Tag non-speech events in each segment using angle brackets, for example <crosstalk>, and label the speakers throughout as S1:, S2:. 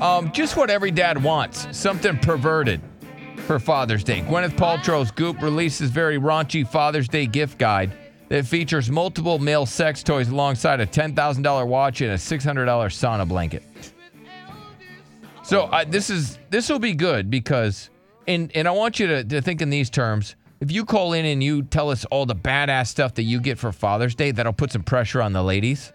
S1: Um, just what every dad wants something perverted for Father's Day. Gwyneth Paltrow's Goop releases very raunchy Father's Day gift guide that features multiple male sex toys alongside a $10,000 watch and a $600 sauna blanket. So I, this is this will be good because and and I want you to, to think in these terms. If you call in and you tell us all the badass stuff that you get for Father's Day, that'll put some pressure on the ladies.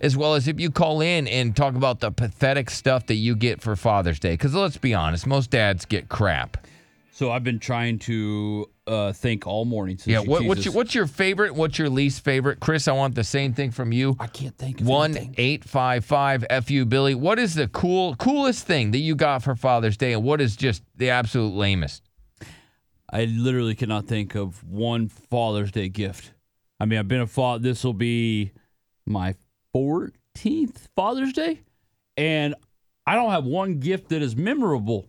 S1: As well as if you call in and talk about the pathetic stuff that you get for Father's Day. Because let's be honest, most dads get crap.
S2: So I've been trying to uh, think all morning. Since
S1: Yeah,
S2: you
S1: what,
S2: teased
S1: what's,
S2: us.
S1: your, what's your favorite? What's your least favorite? Chris, I want the same thing from you.
S2: I can't think of
S1: One
S2: anything.
S1: eight five five fu Billy. What is the cool coolest thing that you got for Father's Day, and what is just the absolute lamest?
S2: I literally cannot think of one Father's Day gift. I mean, I've been a father. This will be my 14th Father's Day, and I don't have one gift that is memorable.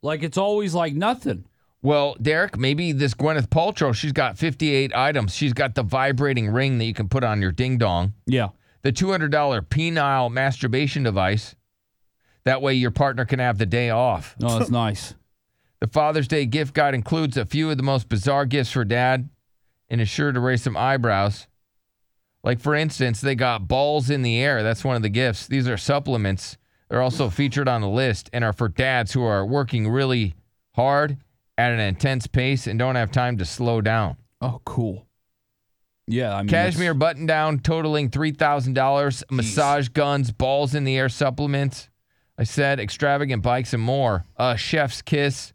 S2: Like it's always like nothing.
S1: Well, Derek, maybe this Gwyneth Paltrow. She's got fifty eight items. She's got the vibrating ring that you can put on your ding dong,
S2: Yeah.
S1: the two hundred dollar penile masturbation device. That way, your partner can have the day off. <laughs>
S2: No, that's nice.
S1: The Father's Day gift guide includes a few of the most bizarre gifts for dad and is sure to raise some eyebrows. Like, for instance, they got balls in the air. That's one of the gifts. These are supplements. They're also featured on the list and are for dads who are working really hard at an intense pace and don't have time to slow down.
S2: Oh, cool. Yeah, I mean that's-
S1: Cashmere button down totaling $3,000, massage guns, balls in the air supplements. I said extravagant bikes and more. Uh, chef's kiss.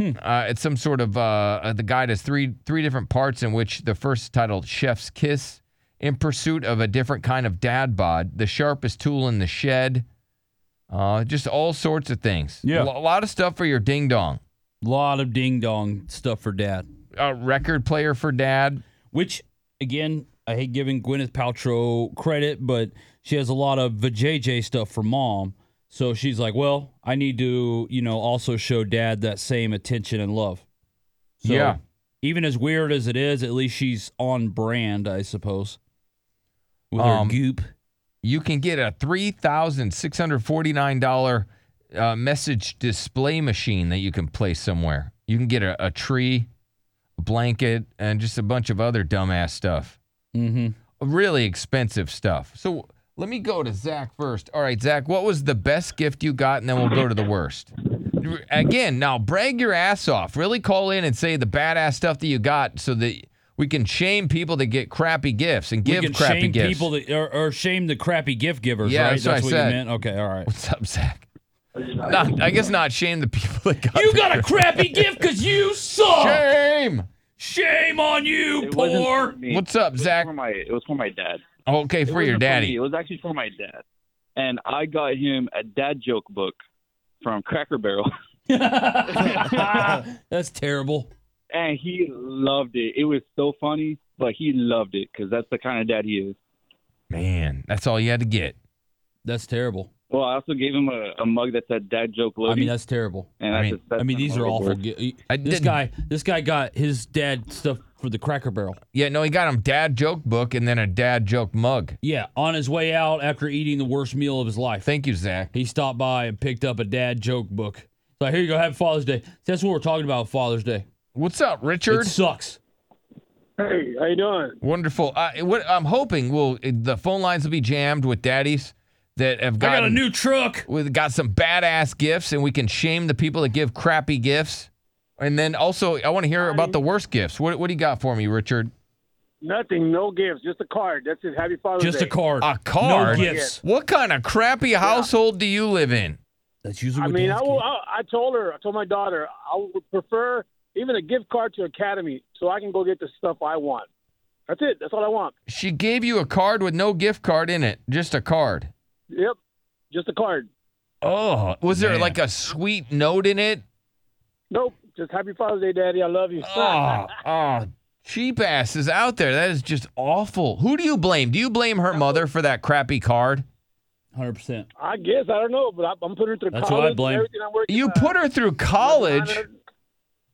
S1: Uh, it's some sort of uh, uh, the guide has three three different parts in which the first is titled Chef's Kiss in pursuit of a different kind of dad bod, the sharpest tool in the shed, uh, just all sorts of things.
S2: Yeah.
S1: a lo- a lot of stuff for your ding dong,
S2: lot of ding dong stuff for dad.
S1: a record player for dad.
S2: Which again, I hate giving Gwyneth Paltrow credit, but she has a lot of vajayjay stuff for mom. So she's like, well, I need to, you know, also show dad that same attention and love. So
S1: Yeah.
S2: Even as weird as it is, at least she's on brand, I suppose. With
S1: Um,
S2: her goop.
S1: you can get a $3,649 uh, message display machine that you can place somewhere. You can get a, a tree, a blanket, and just a bunch of other dumbass stuff.
S2: Mm-hmm.
S1: Really expensive stuff. So let me go to Zach first. All right, Zach, what was the best gift you got? And then we'll go to the worst. Again, now brag your ass off. Really call in and say the badass stuff that you got so that we can shame people that get crappy gifts and give
S2: we can
S1: crappy
S2: shame
S1: gifts.
S2: people that, or, or shame the crappy gift givers,
S1: Yeah,
S2: right?
S1: that's what I
S2: what
S1: said.
S2: you meant. Okay, all right.
S1: What's up, Zach? Not, I guess not shame the people that got
S2: You
S1: the
S2: got a
S1: credit.
S2: crappy gift because you
S1: <laughs>
S2: suck.
S1: shame.
S2: Shame on you,
S3: It wasn't
S2: poor.
S3: for me.
S1: What's up,
S3: It was
S1: Zach? Oh,
S3: For my, it was for my dad.
S1: Okay,
S3: It
S1: for
S3: wasn't
S1: your
S3: me.
S1: daddy.
S3: It was actually for my dad, and I got him a dad joke book from Cracker Barrel, <laughs>
S2: <laughs> That's terrible.
S3: and he loved it. It was so funny, but he loved it because that's the kind of dad he is.
S1: Man, that's all you had to get.
S2: That's terrible.
S3: Well, I also gave him a, a mug that said "dad joke
S2: I
S3: loading."
S2: mean, that's terrible.
S3: and
S1: I
S3: that's
S1: mean-
S3: just- that's
S2: I mean,
S3: kind
S2: these
S3: of
S2: are
S3: what it
S2: awful.
S3: was.
S2: Gi-
S1: I
S2: this
S1: didn't-
S2: guy, this guy got his dad stuff for the Cracker Barrel.
S1: Yeah, no, he got him dad joke book and then a dad joke mug.
S2: Yeah, on his way out after eating the worst meal of his life,
S1: Thank you, Zach.
S2: he stopped by and picked up a dad joke book. It's like, here you go, have Father's Day. That's what we're talking about, Father's Day.
S1: What's up,
S2: It
S1: Richard?
S2: sucks.
S4: Hey, how you doing?
S1: Wonderful. Uh, what I'm hoping will the phone lines will be jammed with daddies that have
S2: I
S1: gotten,
S2: got a new truck.
S1: with got some badass gifts, and we can shame the people that give crappy gifts. And then also, I want to hear about the worst gifts. What what do you got for me, Richard?
S4: Nothing, no gifts, just a card. That's it. Happy Father's
S2: Just
S4: Day.
S2: a card.
S1: A card?
S2: No gifts.
S1: What kind of crappy household do you live in?
S2: That's usually
S4: I
S2: what
S4: mean,
S2: dads
S4: I,
S2: get.
S4: will, I, I told her, I told my daughter, I would prefer even a gift card to Academy so I can go get the stuff I want. That's it. That's all I want.
S1: She gave you a card with no gift card in it, just a card.
S4: Yep, just a card.
S1: Oh, was there
S2: man.
S1: like a sweet note in it?
S4: Nope, just Happy Father's Day, Daddy. I love you.
S1: <laughs> Oh, oh, cheap ass is out there. That is just awful. Who do you blame? Do you blame her mother for that crappy card?
S2: 100%.
S4: I guess I don't know, but I, I'm putting her through
S2: That's who I
S4: college. and
S2: blame.
S4: Everything I'm working
S1: You
S4: on.
S1: put her through college.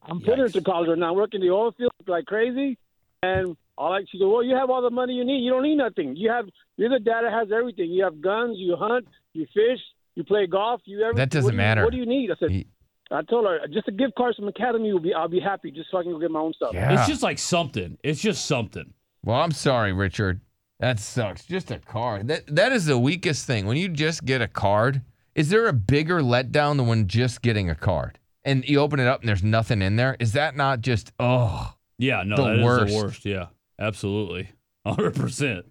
S4: I'm putting her through college right now. I'm working the oil field like crazy, and all like she said, "Well, you have all the money you need. You don't need nothing. You have you're the dad that has everything. You have guns. You hunt. You fish. You play golf. You everything.
S1: That doesn't
S4: what do you-
S1: matter.
S4: What do you need? I said.
S1: He-
S4: I told her just a gift card from Academy will be. I'll be happy just so I can go get my own stuff.
S1: Yeah.
S2: It's just like something. It's just something.
S1: Well, I'm sorry, Richard. That sucks. Just a card. That that is the weakest thing. When you just get a card, is there a bigger letdown than when just getting a card? And you open it up and there's nothing in there? Is that not just oh
S2: Yeah, no,
S1: The
S2: that is
S1: worst.
S2: <laughs> the worst. Yeah, absolutely, hundred percent.